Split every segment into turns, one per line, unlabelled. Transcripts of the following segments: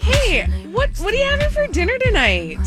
Hey, what what are you having for dinner tonight?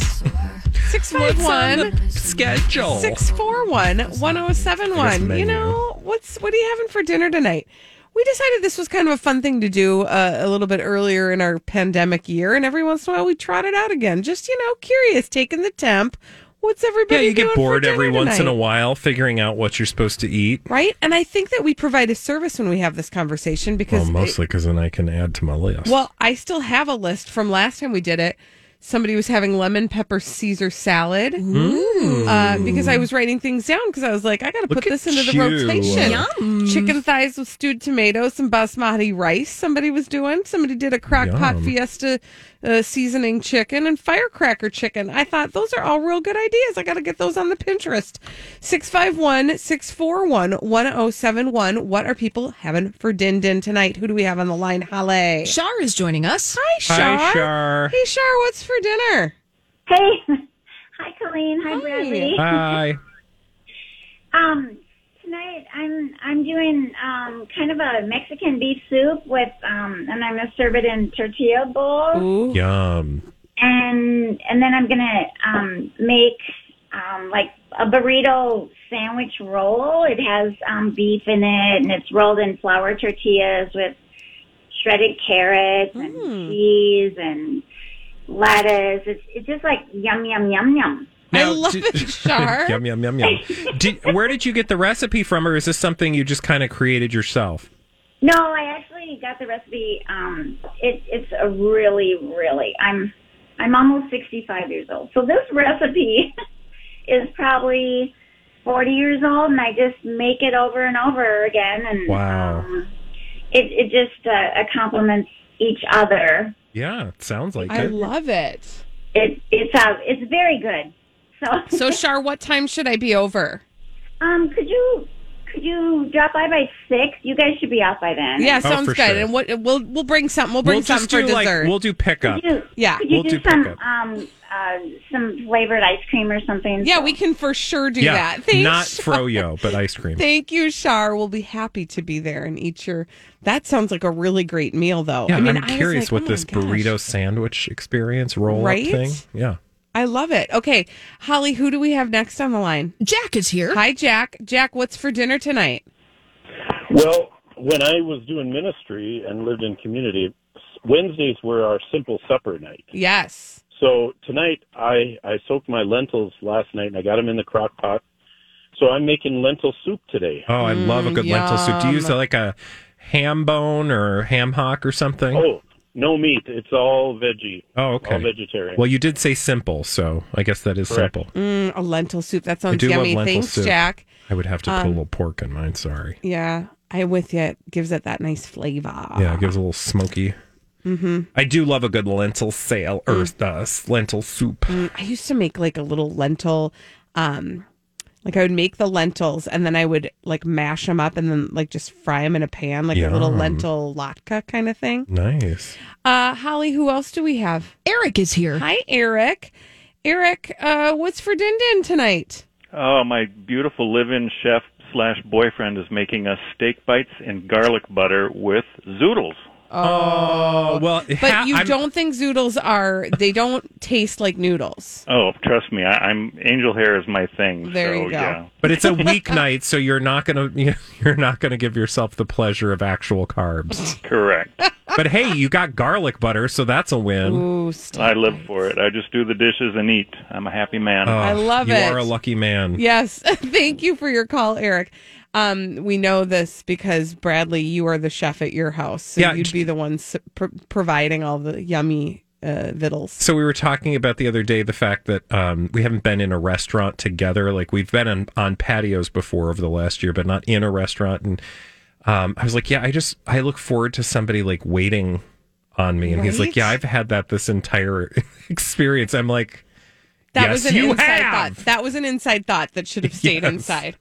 Six five one
schedule.
six four one one oh seven one. You
menu.
know what's what are you having for dinner tonight? We decided this was kind of a fun thing to do uh, a little bit earlier in our pandemic year, and every once in a while we trot it out again. Just you know, curious, taking the temp. What's
Yeah,
everybody?
you
doing
get
for
bored
dinner
every once in a
tonight?
while figuring out what you're supposed to eat.
right? And I think that we provide a service when we have this conversation because
Well, mostly because then I can add to my list.
Well, I still have a list from last time we did it. Somebody was having lemon pepper Caesar salad uh, because I was writing things down because I was like, I got to put
Look at
this into the
you.
rotation. Chicken thighs with stewed tomatoes, some basmati rice. Somebody was doing. Somebody did a crock pot
Yum.
fiesta uh, seasoning chicken and firecracker chicken. I thought those are all real good ideas. I got to get those on the Pinterest. 651 641 1071. What are people having for din din tonight? Who do we have on the line? Halle.
Shar is joining us.
Hi, Shar.
Hi, Shar.
Hey, Shar, what's for dinner?
Hey. Hi, Colleen. Hi, Bradley.
Hi.
Um, tonight I'm I'm doing um, kind of a Mexican beef soup with um, and I'm gonna serve it in tortilla bowl
Ooh.
Yum.
and and then I'm gonna um, make um, like a burrito sandwich roll. It has um, beef in it and it's rolled in flour tortillas with shredded carrots and cheese and lettuce. It's it's just like yum yum yum yum.
I love
did-
it, Shar.
yum yum yum yum. Did, where did you get the recipe from, or is this something you just kind of created yourself?
No, I actually got the recipe. Um, it, it's a really, really. I'm I'm almost 65 years old, so this recipe is probably 40 years old, and I just make it over and over again. And
Wow.
um, it it just uh, complements each other.
Yeah, it sounds like
I
it.
love it.
It it's uh, it's very good. So
So, Shar, what time should I be over?
um, could you could you drop by by six? You guys should be out by then.
Yeah, sounds
Oh, for
good.
sure.
And what we'll we'll bring something. We'll bring
we'll
something
just
for
do like
dessert.
we'll do pickup.
Could you,
yeah,
Could you
We'll
do,
do
some
pickup.
um uh, some flavored ice cream or something?
yeah, we can for sure do
yeah,
that. Thanks,
not
Shar.
froyo, but ice cream.
Thank you, Shar. We'll be happy to be there and eat your. That sounds like a really great meal, though.
yeah, I
I mean,
am
I was
curious
like,
what
oh my
this
gosh.
burrito sandwich experience roll
Right?
up thing. Yeah.
I love it. Okay, Holly, who do we have next on the line?
Jack is here.
Hi, Jack. Jack, what's for dinner tonight?
Well, when I was doing ministry and lived in community, Wednesdays were our simple supper night.
Yes.
So tonight I I soaked my lentils last night and I got them in the crock pot. So I'm making lentil soup today.
Oh, I love
Mm,
a good lentil soup. Do you use uh, like a ham bone or ham hock or something?
Oh, no meat. It's all veggie.
Oh, okay.
All vegetarian.
Well, you did say simple, so I guess that is
Correct.
simple.
Mm, a lentil soup. That sounds
do love
yummy.
lentil
Thanks,
soup.
Jack.
I would have to
Um,
put a little pork in mine. Sorry.
Yeah, I'm with you. It gives it that nice flavor.
Yeah, it gives a little smoky. Mm-hmm. I do love a good lentil sale or
Mm.
uh, s- lentil soup.
I used to make like a little lentil, um, like I would make the lentils and then I would like mash them up and then like just fry them in a pan, like a little
Yum.
lentil latke kind of thing.
Nice.
Uh, Holly, who else do we have?
Eric is here.
Hi, Eric. Eric, uh, what's for din din tonight?
Oh, my beautiful live-in chef slash boyfriend is making us steak bites in garlic butter with zoodles.
Oh, well,
But
ha-
you
I'm-
don't think zoodles are, they don't taste like noodles.
Oh, trust me, I, I'm angel hair is my thing.
There
so,
you go.
Yeah.
But it's a weeknight, so you're not gonna you're not gonna give yourself the pleasure of actual carbs.
Correct.
but hey, you got garlic butter, so that's a win.
Ooh, steak
I live
bites.
for it. I just do the dishes and eat. I'm a happy man.
Oh,
I love
you
it.
You are a lucky man.
Yes. Thank you for your call, Eric. Um, we know this because Bradley, you are the chef at your house, so
Yeah.
you'd be the one s- pr- providing all the yummy uh, vittles.
So we were talking about the other day the fact that um, we haven't been in a restaurant together. Like we've been on, on patios before over the last year, but not in a restaurant. And um, I was like, yeah, I just I look forward to somebody like waiting on me. And he's like,
Right?
Yeah, I've had that this entire experience. I'm like,
That
Yes,
was an
you
inside
have.
thought. That was an inside thought that should have stayed
Yes.
inside.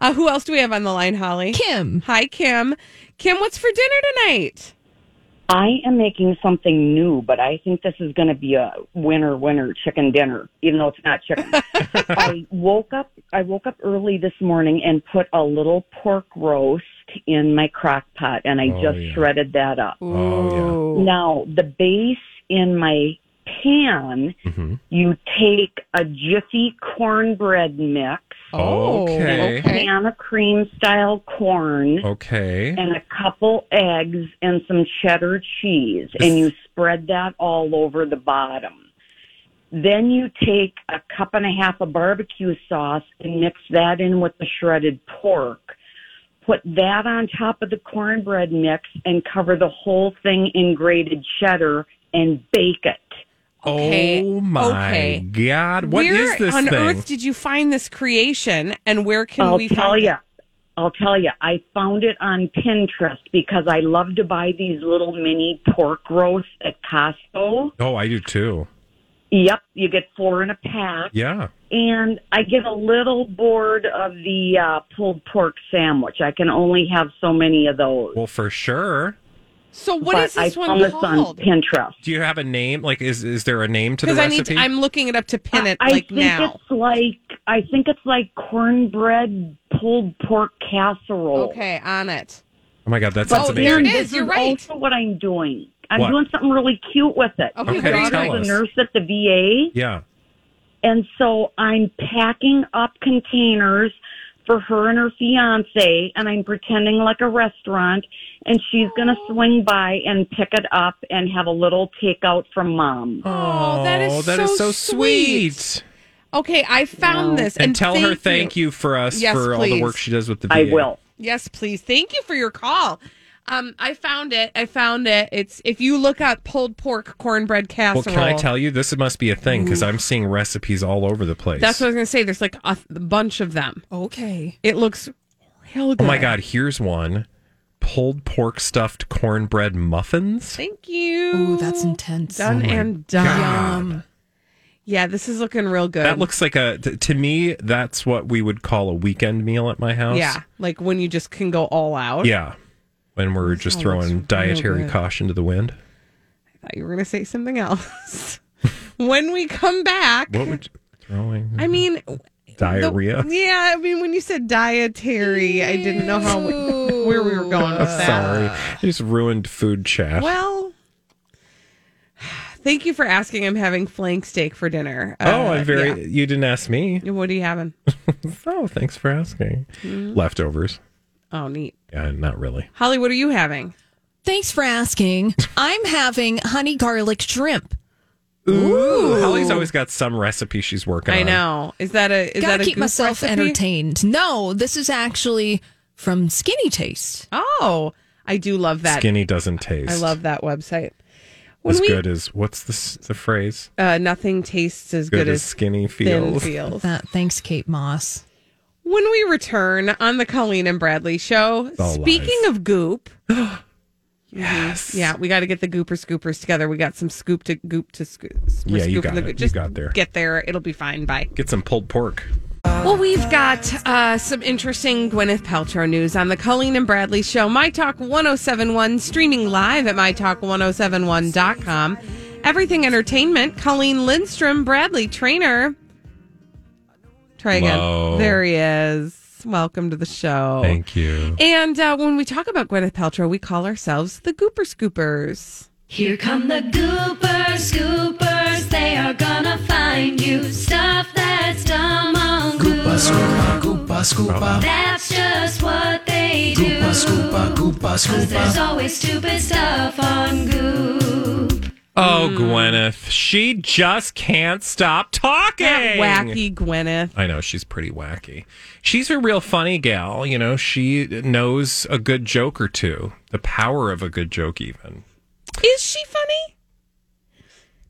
Uh, who else do we have on the line, Holly?
Kim.
Hi, Kim. Kim, what's for dinner tonight?
I am making something new, but I think this is going to be a winner winner chicken dinner, even though it's not chicken. I woke up I woke up early this morning and put a little pork roast in my crock pot and I
Oh,
just
yeah.
shredded that up.
Oh,
Now, the base in my pan,
yeah. Mhm.
you take a jiffy cornbread mix,
Okay.
pan of cream style corn,
Okay.
and a couple eggs and some cheddar cheese, and you spread that all over the bottom. Then you take a cup and a half of barbecue sauce and mix that in with the shredded pork. Put that on top of the cornbread mix and cover the whole thing in grated cheddar and bake it.
Okay,
Oh my
okay.
God. What is
where
this
on
thing?
earth did you find this creation, and where can
I'll
we
tell
find
you.
it?
I'll tell you, I found it on Pinterest because I love to buy these little mini pork roasts at Costco.
oh, I do too.
Yep, you get four in a pack.
Yeah.
And I get a little bored of the uh, pulled pork sandwich. I can only have so many of those.
Well, for sure.
So what
but
is this
I
one
found this on
called?
Pinterest.
Do you have a name? Like, is is there a name to the
Because I need.
recipe?
To, I'm looking it up to pin it
I
like
think
now.
it's like I think it's like cornbread pulled pork casserole.
Okay, on it.
oh my God, that sounds
Oh, there it
amazing.
is. You're right.
Also, what I'm doing, I'm
What?
doing something really cute with it.
Okay,
Okay,
great.
tell
I was
us.
a nurse at the VA.
Yeah.
And so I'm packing up containers for her and her fiance and I'm pretending like a restaurant and she's going to swing by and pick it up and have a little takeout from mom.
Oh, that is
that
so
is so
sweet. Okay, I found this.
And, tell her thank you, for us
Yes,
for all the
please.
work she does with the.
I
VA.
will.
Yes, please. Thank you for your call. Um, I found it. I found it. It's if you look up pulled pork cornbread casserole. Mm.
Well, can I tell you this must be a thing because I'm seeing recipes all over the place.
That's what I was gonna say. There's like a th- bunch of them.
Okay.
It looks real good.
Oh my God! Here's one: pulled pork stuffed cornbread muffins.
Thank you.
Ooh, that's intense.
done
Oh my
and done.
God.
Um,
Yeah, this is looking real good.
That looks like a t- to me. That's what we would call a weekend meal at my house.
yeah, like when you just can go all out.
Yeah. When we're just throwing dietary
good.
caution to the wind.
I thought you were gonna say something else. when we come back,
What would you, throwing
I mean,
diarrhea?
The- yeah, I mean, when you said dietary, I didn't know how we, where we were going with that.
Sorry, I just ruined food chat.
Well, thank you for asking. I'm having flank steak for dinner.
oh,
Uh,
I'm very. You didn't ask me.
yeah. What are you having?
Oh, thanks for asking.
Mm.
Leftovers.
Oh, neat.
Yeah, not really.
Holly, what are you having?
thanks for asking. I'm having honey garlic shrimp.
Ooh, Holly's always got some recipe she's working on.
I know. Is that a is
Gotta
that a
keep
goof
myself
recipe?
entertained. No, this is actually from Skinny Taste.
Oh, I do love that.
Skinny doesn't taste.
I love that website. When
as
we
good as what's the s- the phrase?
uh, nothing tastes as
Good,
good,
as,
as
skinny
thin
feels.
feels.
That uh, thanks, Kate Moss.
When we return on the Colleen and Bradley show,
all
speaking
live.
of goop,
Yes.
yeah, we got to get the gooper scoopers together. We got some scoop to goop to scoop.
Yeah, you got it. You
Just
got there.
Get there. It'll be fine. Bye.
Get some pulled pork.
Well, we've got uh, some interesting Gwyneth Paltrow news on the Colleen and Bradley show. My Talk 1071, streaming live at mytalk1071.com. Everything Entertainment, Colleen Lindstrom, Bradley Trainer. Try again.
Hello.
There he is. Welcome to the show.
you.
And uh, when we talk about Gwyneth Paltrow, we call ourselves the Gooper Scoopers.
Here come the goopers, scoopers, they are gonna find you. Stuff that's dumb on Goopa, That's just what they do. Cause there's always stupid stuff on Goop.
Oh, Gwyneth, she just can't stop talking.
That wacky Gwyneth.
I know she's pretty wacky. She's a real funny gal. You know, she knows a good joke or two. The power of a good joke, even.
Is she funny?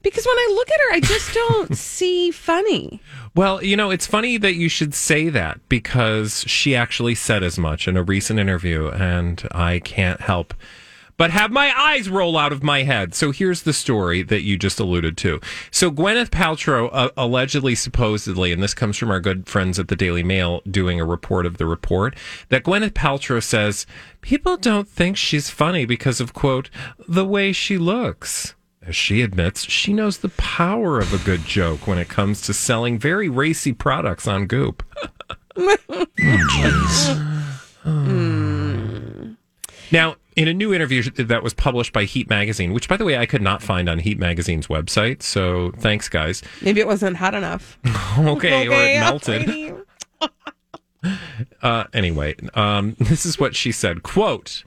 Because when I look at her, I just don't see funny.
Well, you know, it's funny that you should say that because she actually said as much in a recent interview, and I can't help but have my eyes roll out of my head. So here's the story that you just alluded to. So Gwyneth Paltrow uh, allegedly, supposedly, and this comes from our good friends at the Daily Mail doing a report of the report, that Gwyneth Paltrow says people don't think she's funny because of, quote, the way she looks. As she admits, she knows the power of a good joke when it comes to selling very racy products on Goop. Now, in a new interview that was published by Heat Magazine, which, by the way, I could not find on Heat Magazine's website. So thanks, guys.
Maybe it wasn't hot enough.
Okay, or it
I'll
melted.
play you.
Uh, anyway, um, this is what she said. Quote,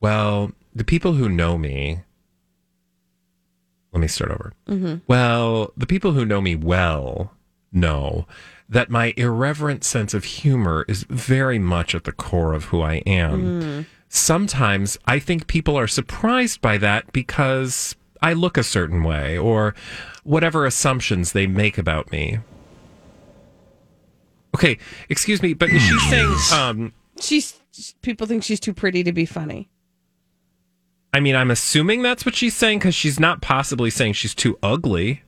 well, the people who know me, let me start over. Well, the people who know me well know that my irreverent sense of humor is very much at the core of who I am. Sometimes I think people are surprised by that because I look a certain way or whatever assumptions they make about me. Okay, excuse me, but is she saying um
She's people think she's too pretty to be funny.
I mean, I'm assuming that's what she's saying because she's not possibly saying she's too ugly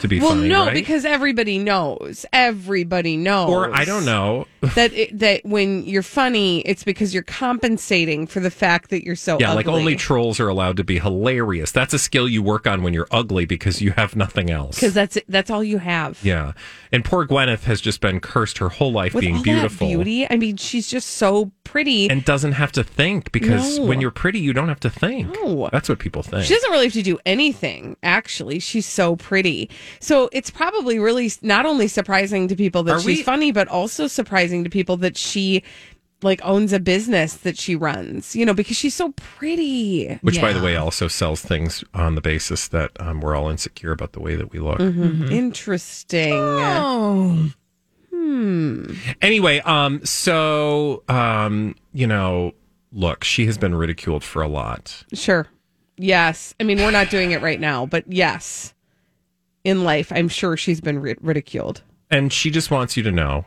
to be
well,
funny,
no,
right?
because everybody knows. Everybody knows.
or I don't know.
that it, that when you're funny, it's because you're compensating for the fact that you're so
Yeah,
ugly.
like only trolls are allowed to be hilarious. That's a skill you work on when you're ugly because you have nothing else.
because that's that's all you have.
Yeah, and poor Gwyneth has just been cursed her whole life
With
being
all
beautiful.
that beauty, I mean, she's just so pretty.
and doesn't have to think because
No.
when you're pretty, you don't have to think.
No.
That's what people think.
She doesn't really have to do anything, actually. She's so pretty. So it's probably really not only surprising to people that
Are
she's
we-
funny, but also surprising to people that she like owns a business that she runs, you know, because she's so pretty.
Which, by the
Yeah.
way, also sells things on the basis that um, we're all insecure about the way that we
Mm-hmm.
look.
Interesting.
Oh,
Anyway, um, so um, you know, look, she has been ridiculed for a lot.
Sure. Yes. I mean, we're not doing it right now, but yes. In life, I'm sure she's been ri- ridiculed.
And she just wants you to know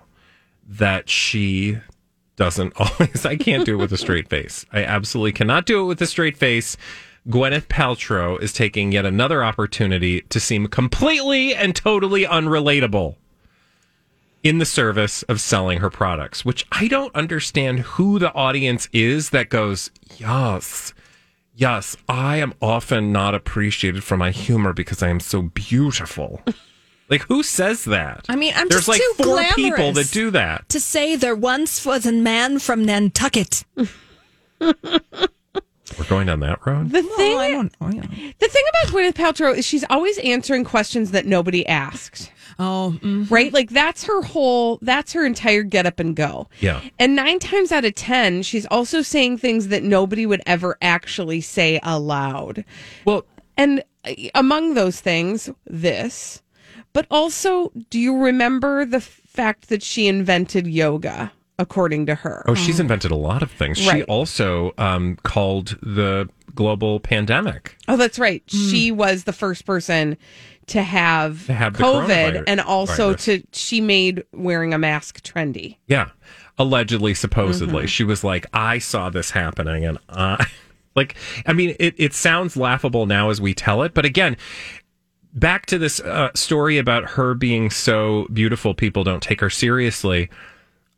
that she doesn't always. I can't do it with a straight face. I absolutely cannot do it with a straight face. Gwyneth Paltrow is taking yet another opportunity to seem completely and totally unrelatable in the service of selling her products, which I don't understand who the audience is that goes, Yes, yes, I am often not appreciated for my humor because I am so beautiful. like, who says that?
I mean, I'm
There's
just
like
too
four people
glamorous.
that do that.
to say there once was a man from Nantucket.
We're going down that road.
The thing,
I don't know. you know.
the thing about Gwyneth Paltrow is she's always answering questions that nobody asked.
Oh, mm.
right? Like that's her whole, that's her entire get up and go.
Yeah.
And nine times out of 10, she's also saying things that nobody would ever actually say aloud.
Well,
And uh, among those things, this, but also, do you remember the fact that she invented yoga, according to her?
oh, she's invented a lot of things. She
Right.
also um, called the global pandemic.
Oh, that's right. She was the first person to have,
Hmm. To have the
COVID
coronavirus-
and also
virus.
to, she made wearing a mask trendy.
Yeah. Allegedly, supposedly. She was like, I saw this happening and I. Like, I mean, it, it sounds laughable now as we tell it, but again, back to this uh, story about her being so beautiful, people don't take her seriously.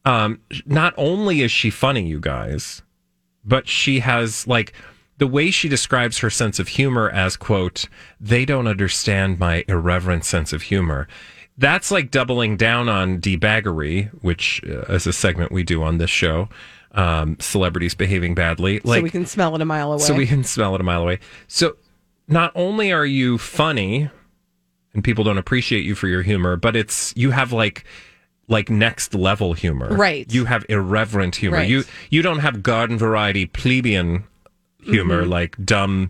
Um, not only is she funny, you guys, but she has like the way she describes her sense of humor as quote they don't understand my irreverent sense of humor that's like doubling down on debaggery which uh, is a segment we do on this show um, celebrities behaving badly like
so we can smell it a mile away.
so we can smell it a mile away. So not only are you funny and people don't appreciate you for your humor, but it's you have like like next level humor.
Right.
You have irreverent humor.
Right. Mm-hmm.
You you don't have garden variety plebeian humor like dumb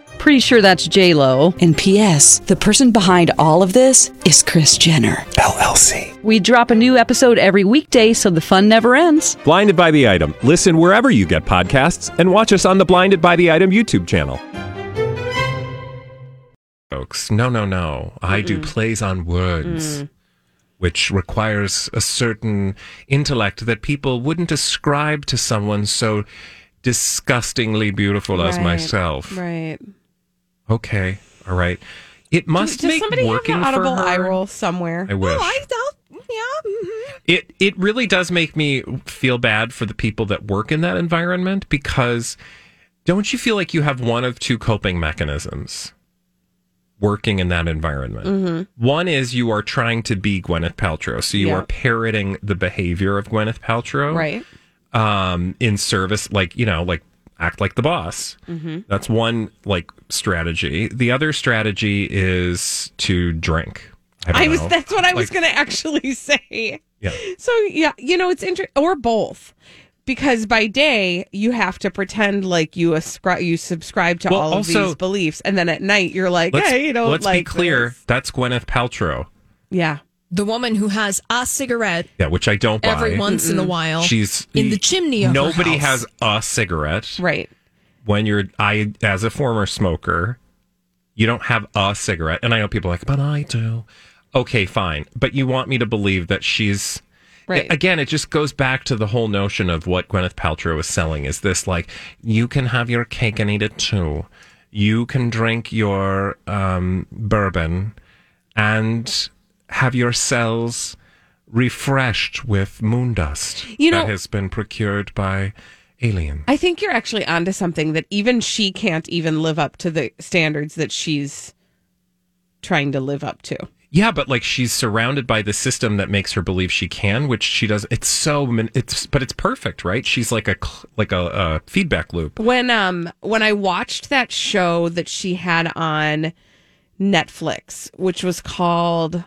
Pretty sure that's J Lo. And P.S. The person behind all of this is Chris Jenner LLC. We drop a new episode every weekday, so the fun never ends.
Blinded by the Item. Listen wherever you get podcasts and watch us on the Blinded by the Item YouTube channel. Folks, no, no, no. I do plays on
Mm.
words, which requires a certain intellect that people wouldn't ascribe to someone so disgustingly beautiful as
Right.
myself.
Right.
Okay, all right. It must
Does
make
somebody have
working
an audible
for her.
eye roll Oh, somewhere?
I wish. It it really does make me feel bad for the people that work in that environment because don't you feel like you have one of two coping mechanisms working in that environment? One is you are trying to be Gwyneth Paltrow, so you
Mm-hmm. Yeah.
are parroting the behavior of Gwyneth Paltrow,
Right.
Um, in service, like you know, like act like the boss.
Mm-hmm.
That's one like strategy. The other strategy is to drink. don't
I was.
know.
That's what I was
Like-
going to actually say.
Yeah.
So yeah, you know, it's interesting, or both, because by day you have to pretend like you ascribe, you subscribe to
Well,
all of
also-
these beliefs, and then at night you're like, hey, you don't
let's
like. uh,
be clear.
this."
That's Gwyneth Paltrow.
Yeah.
The woman who has a cigarette
Yeah, which I don't buy.
every once in a while.
She's
in the chimney of her
Nobody
house.
has a cigarette
Right.
when you're. I as a former smoker, you don't have a cigarette, and I know people are like, but I do. Okay, fine, but you want me to believe that she's.
Right.
Again, it just goes back to the whole notion of what Gwyneth Paltrow is selling. Is this like you can have your cake and eat it too? You can drink your um, bourbon and have your cells refreshed with moon dust
You know-
that has been procured by aliens.
I think you're actually onto something that even she can't even live up to the standards that she's trying to live up to.
Yeah, but like she's surrounded by the system that makes her believe she can, which she does. It's so min- it's but it's perfect, right? She's like a cl- like a, uh feedback loop.
when um when I watched that show that she had on Netflix, which was called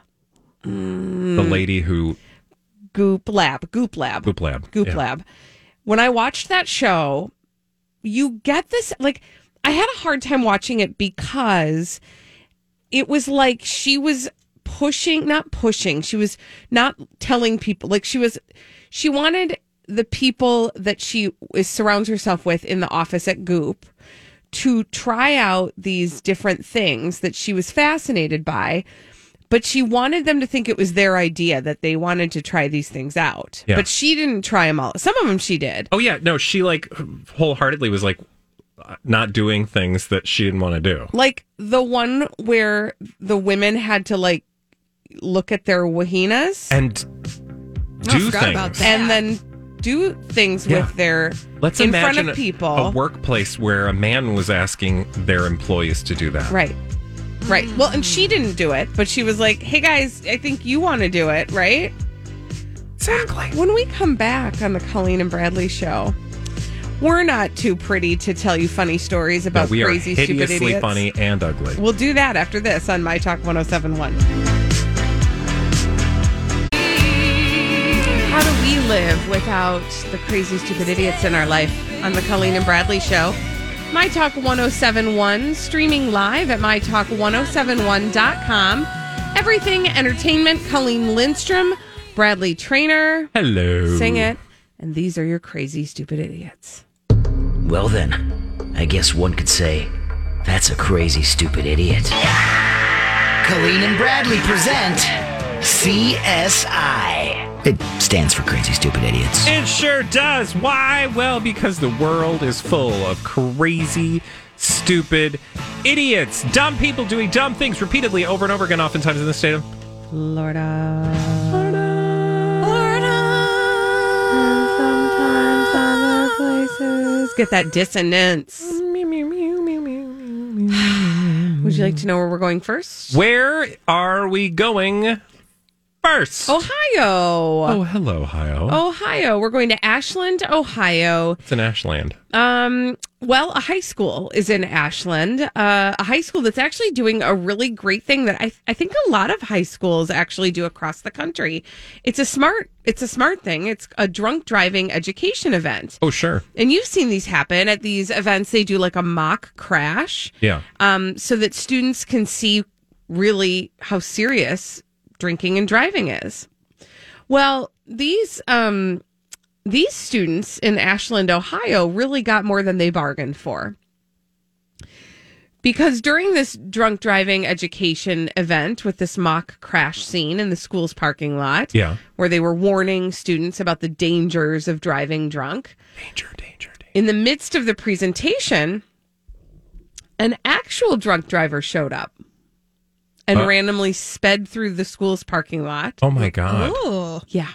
The
Mm.
lady who
Goop Lab, Goop Lab,
Goop Lab.
Goop
Yeah.
Lab. When I watched that show, you get this like I had a hard time watching it because it was like she was pushing, not pushing. She was not telling people like she was she wanted the people that she is, surrounds herself with in the office at Goop to try out these different things that she was fascinated by but she wanted them to think it was their idea that they wanted to try these things out
Yeah.
but she didn't try them all some of them she did
Oh yeah, no, she like wholeheartedly was like not doing things that she didn't want to do.
like the one where the women had to like look at their wahinas and,
And do
forgot about
things.
that.
then do things
Yeah.
with their
Let's
in
imagine
front of
a-
people
a workplace where a man was asking their employees to do that.
right right well and she didn't do it but she was like hey guys i think you want to do it right
Exactly.
When we come back on the Colleen and Bradley show, we're not too pretty to tell you funny stories
No,
about
we are
crazy, stupid
hideously
idiots.
funny and ugly.
We'll do that after this on My Talk 1071. How do we live without the crazy, stupid idiots in our life on the Colleen and Bradley show? My Talk 1071, streaming live at mytalk1071.com. Everything entertainment, Colleen Lindstrom, Bradley Trainer.
Hello.
Sing it. And these are your crazy, stupid idiots.
Well, then, I guess one could say that's a crazy, stupid idiot. Colleen and Bradley present CSI. It stands for crazy, stupid idiots.
It sure does. Why? Well, because the world is full of crazy, stupid idiots, dumb people doing dumb things repeatedly over and over again, oftentimes in the state of
Florida. uh, Let's get that dissonance. Mm. Would you like to know where we're going first?
Where are we going first?
Ohio.
Oh,
Oh,
hello, Ohio.
Ohio. We're going to Ashland, Ohio.
It's in Ashland.
Um, well, a high school is in Ashland, uh, a high school that's actually doing a really great thing that I, I think a lot of high schools actually do across the country. It's a smart, it's a smart thing. It's a drunk driving education event.
Oh, sure.
And you've seen these happen at these events. They do like a mock crash
Yeah.
um, so that students can see really how serious drinking and driving is. Well, these um, these students in Ashland, Ohio, really got more than they bargained for. Because during this drunk driving education event with this mock crash scene in the school's parking lot,
Yeah.
where they were warning students about the dangers of driving drunk. Danger, danger, danger. In the midst of the presentation, an actual drunk driver showed up and
Uh.
randomly sped through the school's parking lot.
Oh, my God.
Yeah.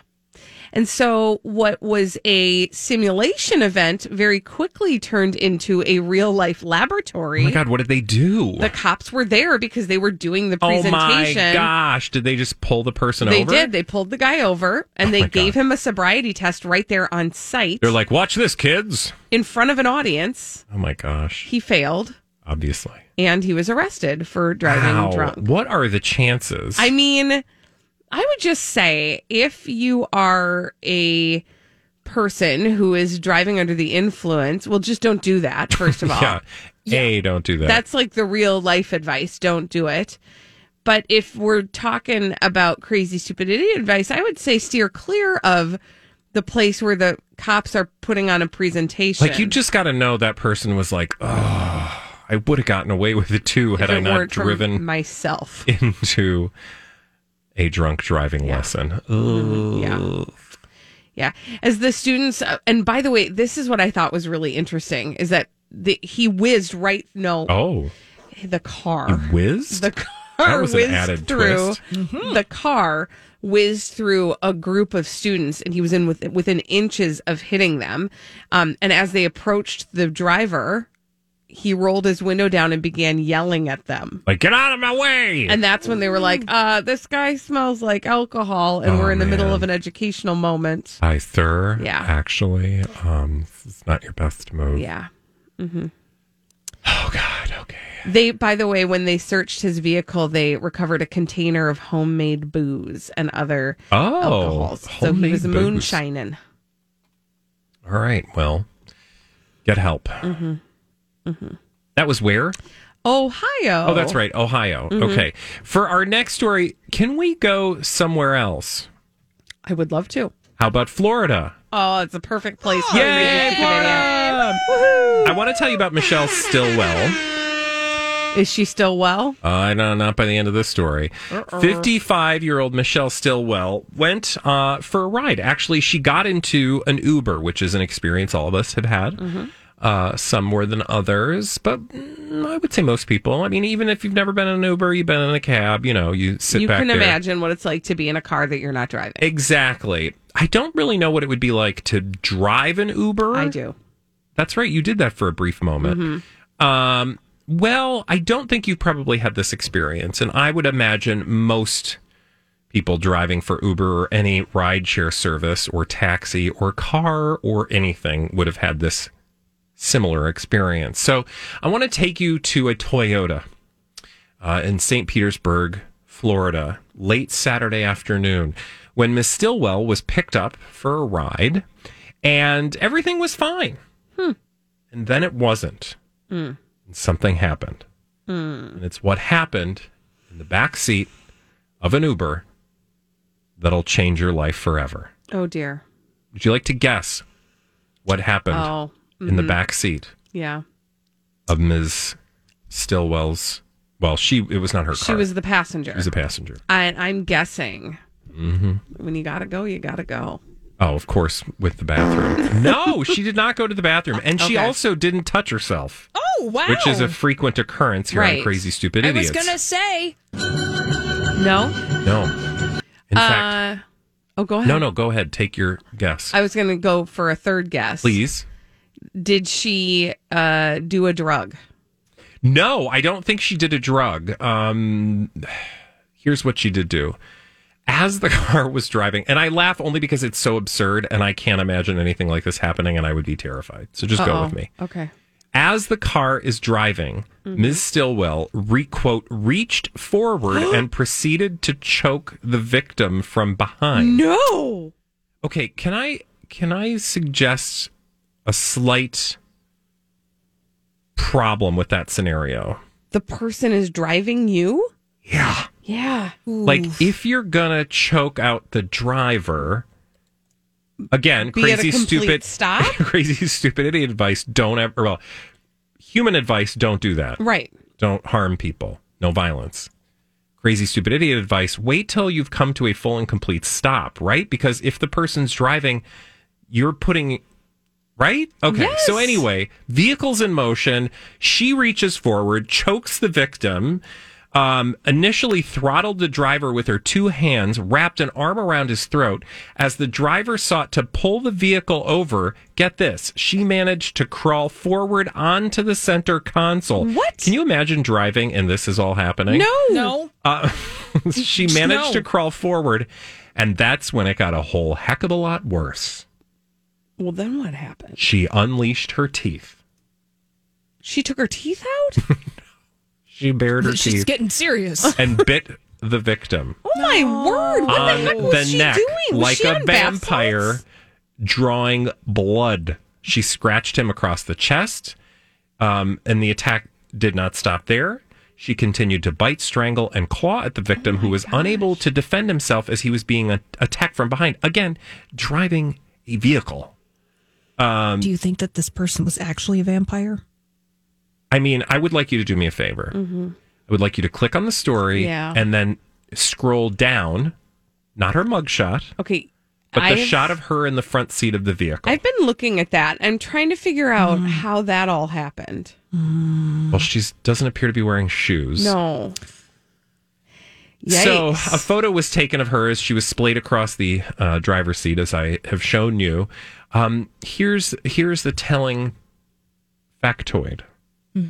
And so, what was a simulation event very quickly turned into a real life
Oh,
laboratory.
my God. What did they do?
The cops were there because they were doing the
Oh,
presentation.
my gosh. Did they just pull the person
They
over? Oh
did. They pulled the guy over and they
my
gave him a sobriety test right there on site
They're like, watch this, kids.
in front of an audience.
Oh, my gosh.
He failed
Obviously.
and he was arrested for driving
Wow.
drunk.
What are the chances?
I mean, I would just say if you are a person who is driving under the influence, well, just don't do that, first of all.
yeah. A, don't do that.
That's like the real life advice. Don't do it. But if we're talking about crazy, stupid, idiot advice, I would say steer clear of the place where the cops are putting on a presentation.
Like you just got to know that person was like, oh, I would have gotten away with it too
If
had I
it
not
weren't for
driven
myself.
into a drunk driving lesson.
Yeah. Yeah. As the students, uh, and by the way, this is what I thought was really interesting is that the, he whizzed right, no,
Oh,
the
you
car.
whizzed?
The
That
car
was
whizzed
an added
through,
twist.
the car whizzed through a group of students and he was in with, within inches of hitting them. Um, and as they approached the driver, he rolled his window down and began yelling at them.
Like, get out of my way.
And that's when they were like, uh, this guy smells like alcohol, and
Oh,
we're in the middle
man.
of an educational moment.
Hi, sir.
Yeah.
Actually, um, this is not your best move. Oh,
Yeah. Mm-hmm. Oh God. Okay. They, by the way, when they searched his vehicle, they recovered a container of homemade booze and other
Oh,
alcohols. So he
homemade
was
booze.
moonshining.
All right. Well, get help.
Mm-hmm. Mm-hmm.
That was where?
Ohio.
Oh, that's right. Ohio.
Mhm.
Okay. For our next story, can we go somewhere else?
I would love to.
How about Florida?
Oh, it's a perfect place. for
Yay,
a Florida!
I want to tell you about Michelle Stillwell.
Is she still well?
Uh, no, not by the end of this story.
Uh-oh.
55 year old Michelle Stillwell went uh, for a ride. Actually, she got into an Uber, which is an experience all of us have had.
Mm-hmm.
Uh, some more than others, but mm, I would say most people. I mean, even if you've never been in an Uber, you've been in a cab, you know, you sit
you
back
can
there.
imagine what it's like to be in a car that you're not driving.
Exactly. I don't really know what it would be like to drive an Uber. I
do.
That's right. You did that for a brief moment. Um, well, I don't think you probably had this experience, and I would imagine most people driving for Uber or any rideshare service or taxi or car or anything would have had this similar experience. So I want to take you to a Toyota uh, in St. Petersburg, Florida, late Saturday afternoon when Miss Stillwell was picked up for a ride and everything was fine. And then it wasn't.
Mm.
And something happened.
Mm.
And it's what happened in the back seat of an Uber that'll change your life forever.
Oh dear.
Would you like to guess what happened
Oh,
in the
mhm.
back seat
Yeah.
of Ms. Stillwell's? Well, she it was not her
She
car.
was the passenger.
She was a passenger.
I, I'm guessing
Mm-hmm.
When you gotta go, you gotta go.
Oh, of course, with the bathroom. no, she did not go to the bathroom, and she
Okay.
also didn't touch herself.
Oh, wow.
Which is a frequent occurrence here on
Right.
Crazy Stupid
I
Idiots.
was going to say.
No.
No. In fact,
uh, oh, go ahead.
no, no. Go ahead. Take your guess,
I was gonna go for a third guess.
please.
Did she uh, do a drug?
No, I don't think she did a drug. Um, here's what she did do. As the car was driving, and I laugh only because it's so absurd, and I can't imagine anything like this happening, and I would be terrified. So just go
Uh-oh.
with me.
Okay.
As the car is driving,
Mm-hmm.
Ms. Stillwell re- quote reached forward and proceeded to choke the victim from behind.
No.
Okay, can I can I suggest a slight problem with that scenario?
The person is driving you? Yeah. Yeah.
Like if you're gonna choke out the driver again,
Be at a
crazy
complete
stupid
stop?
crazy stupid idiot advice, don't ever well human advice, don't do that.
Right.
Don't harm people. No violence. Crazy stupid idiot advice. Wait till you've come to a full and complete stop, right? Because if the person's driving, you're putting right? Okay. So
Yes.
anyway, vehicles in motion, she reaches forward, chokes the victim. Um, initially throttled the driver with her two hands, wrapped an arm around his throat. As the driver sought to pull the vehicle over, get this, she managed to crawl forward onto the center console. What? Can you imagine driving and this is all happening?
No. No.
Uh, she managed
No.
to crawl forward, and that's when it got a whole heck of a lot worse.
Well, then what happened?
She unleashed her teeth.
She took her teeth out?
She bared her
She's
teeth
getting serious.
and bit the victim
Oh, my word. What
on
the heck was she
neck
doing? Was
like
she
a
on bath salts?
vampire, drawing blood. She scratched him across the chest, um, and the attack did not stop there. She continued to bite, strangle, and claw
Oh
at the victim, who was unable to defend himself as he was being a- attacked from behind. Again, driving a vehicle. Um, Mm-hmm.
Do you think that this person was actually a vampire?
I mean, I would like you to do me a favor.
Mm-hmm.
I would like you to click on the story
Yeah.
and then scroll down, not her mugshot,
Okay.
but the
I've-
shot of her in the front seat of the vehicle.
I've been looking at that. I'm trying to figure out how that all happened.
Well, she doesn't appear to be wearing shoes.
No. Yikes.
So a photo was taken of her as she was splayed across the uh, driver's seat, as I have shown you. Um, here's here's the telling factoid.
Hmm.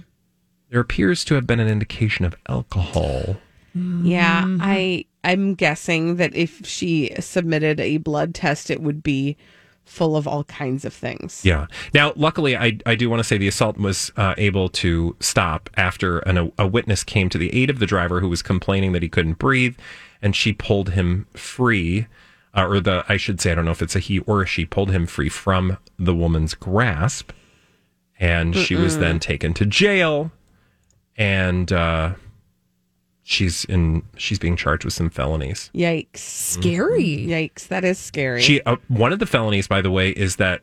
There appears to have been an indication of alcohol.
yeah,
Mm-hmm.
I I'm guessing that if she submitted a blood test, it would be full of all kinds of things.
Yeah. Now, luckily, I, I do want to say the assault was uh, able to stop after an, a, a witness came to the aid of the driver who was complaining that he couldn't breathe, and she pulled him free, uh, or the I should say I don't know if it's a he or a she pulled him free from the woman's grasp, and she was
Mm-mm.
then taken to jail, and uh, she's in she's being charged with some felonies.
Yikes. Scary. Yikes, that is scary.
Mm-hmm. She uh, one of the felonies, by the way, is that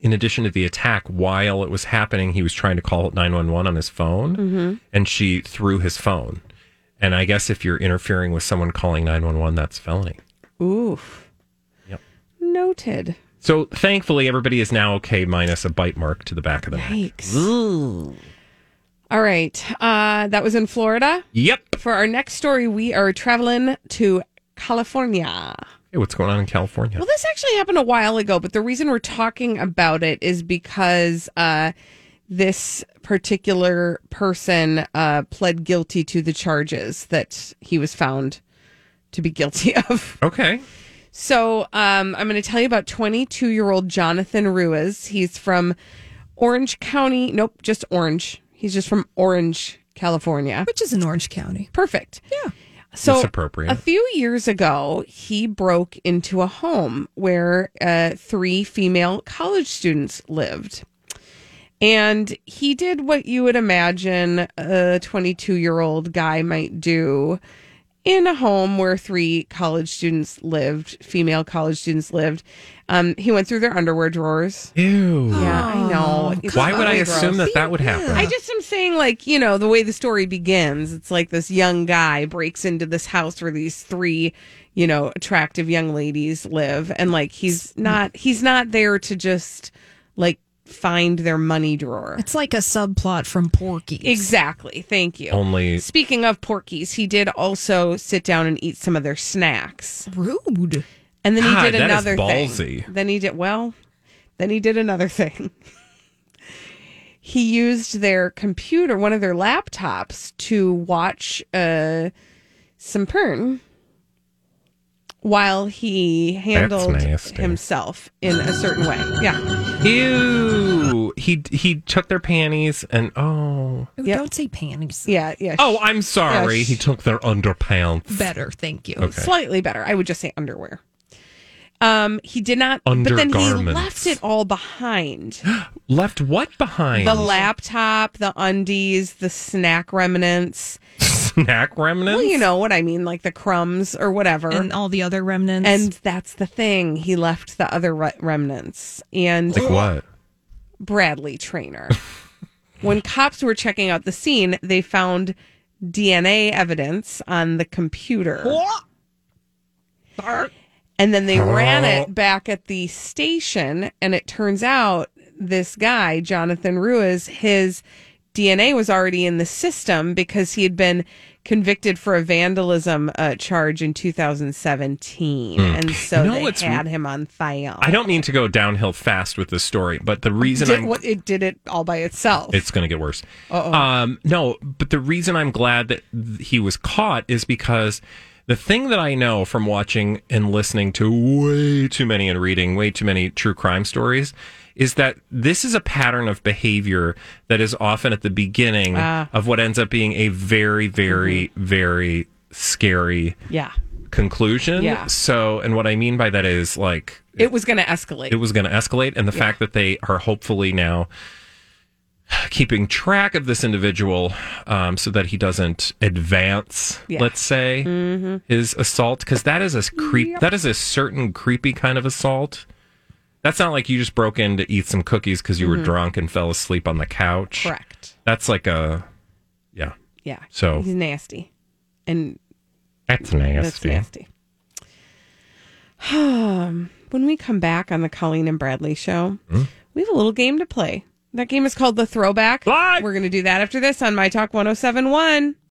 in addition to the attack, while it was happening, he was trying to call nine one one on his phone,
Mhm.
and she threw his phone. And I guess if you're interfering with someone calling nine one one, that's felony.
Oof.
Yep.
Noted.
So thankfully, everybody is now okay, minus a bite mark to the back of the
Yikes.
neck.
All right. Uh, that was in Florida.
Yep.
For our next story, we are traveling to California.
Hey, what's going on in California?
Well, this actually happened a while ago, but the reason we're talking about it is because uh, this particular person uh, pled guilty to the charges that he was found to be guilty of.
Okay.
So um, I'm going to tell you about 22 year old Jonathan Ruiz. He's from Orange County. Nope, just Orange. He's just from Orange, California, which is in Orange County. Perfect. Yeah. So
That's appropriate.
A few years ago, he broke into a home where uh, three female college students lived. And he did what you would imagine a 22 year old guy might do in a home where three college students lived, female college students lived. Um, he went through their underwear drawers.
Ew.
Yeah, I know. It's
Why would I
really
assume
gross.
that that would happen?
I just am saying, like, you know, the way the story begins, it's like this young guy breaks into this house where these three, you know, attractive young ladies live. And, like, he's not, he's not there to just, like, find their money drawer.
It's like a subplot from Porky.
Exactly. Thank you.
Only
Speaking of Porkies, he did also sit down and eat some of their snacks.
Rude.
And then he
God,
did
that is
another
ballsy.
thing. Then he did well. Then he did another thing. he used their computer, one of their laptops, to watch uh, some porn while he handled
nasty.
himself in a certain way. Yeah.
Ew. He he took their panties and oh.
Ooh, Don't say panties.
Yeah. Yeah.
Oh, I'm sorry.
Yeah,
He took their underpants.
Better, thank you.
Okay.
Slightly better. I would just say underwear. Um, he did not, but then he
Undergarments.
left it all behind.
Left what behind?
The laptop, the undies, the snack remnants.
Snack remnants?
Well, you know what I mean, like the crumbs or whatever.
And all the other remnants.
And that's the thing. He left the other re- remnants. And
Like what?
Bradley Trainer. when cops were checking out the scene, they found DNA evidence on the computer. And then they ran it back at the station, and it turns out this guy, Jonathan Ruiz, his DNA was already in the system because he had been convicted for a vandalism uh, charge in 2017,
Hmm.
and so
You know
they
what's-
had him on file.
I don't mean to go downhill fast with this story, but the reason
Did-
I'm
what- it did it all by itself.
It's going to get worse.
Uh-oh.
Um, no, but the reason I'm glad that th- he was caught is because the thing that I know from watching and listening to way too many and reading way too many true crime stories is that this is a pattern of behavior that is often at the beginning
Ah. Mm-hmm.
of what ends up being a very, very, very scary
yeah,
conclusion.
Yeah.
So, and what I mean by that is like
it was going to escalate.
it was going to escalate. And the
Yeah.
fact that they are hopefully now keeping track of this individual um, so that he doesn't advance,
Yeah.
let's say,
Mhm.
his assault. Because that is a creep. That is a certain creepy kind of assault. That's not like you just broke in to eat some cookies because you were
Mhm.
drunk and fell asleep on the couch.
correct.
That's like a, yeah,
Yeah.
So-
he's nasty, and
that's nasty.
That's nasty. when we come back on the Colleen and Bradley show,
Hmm?
we have a little game oh to play. That game is called The Throwback. We're going to do that after this on My Talk 1071.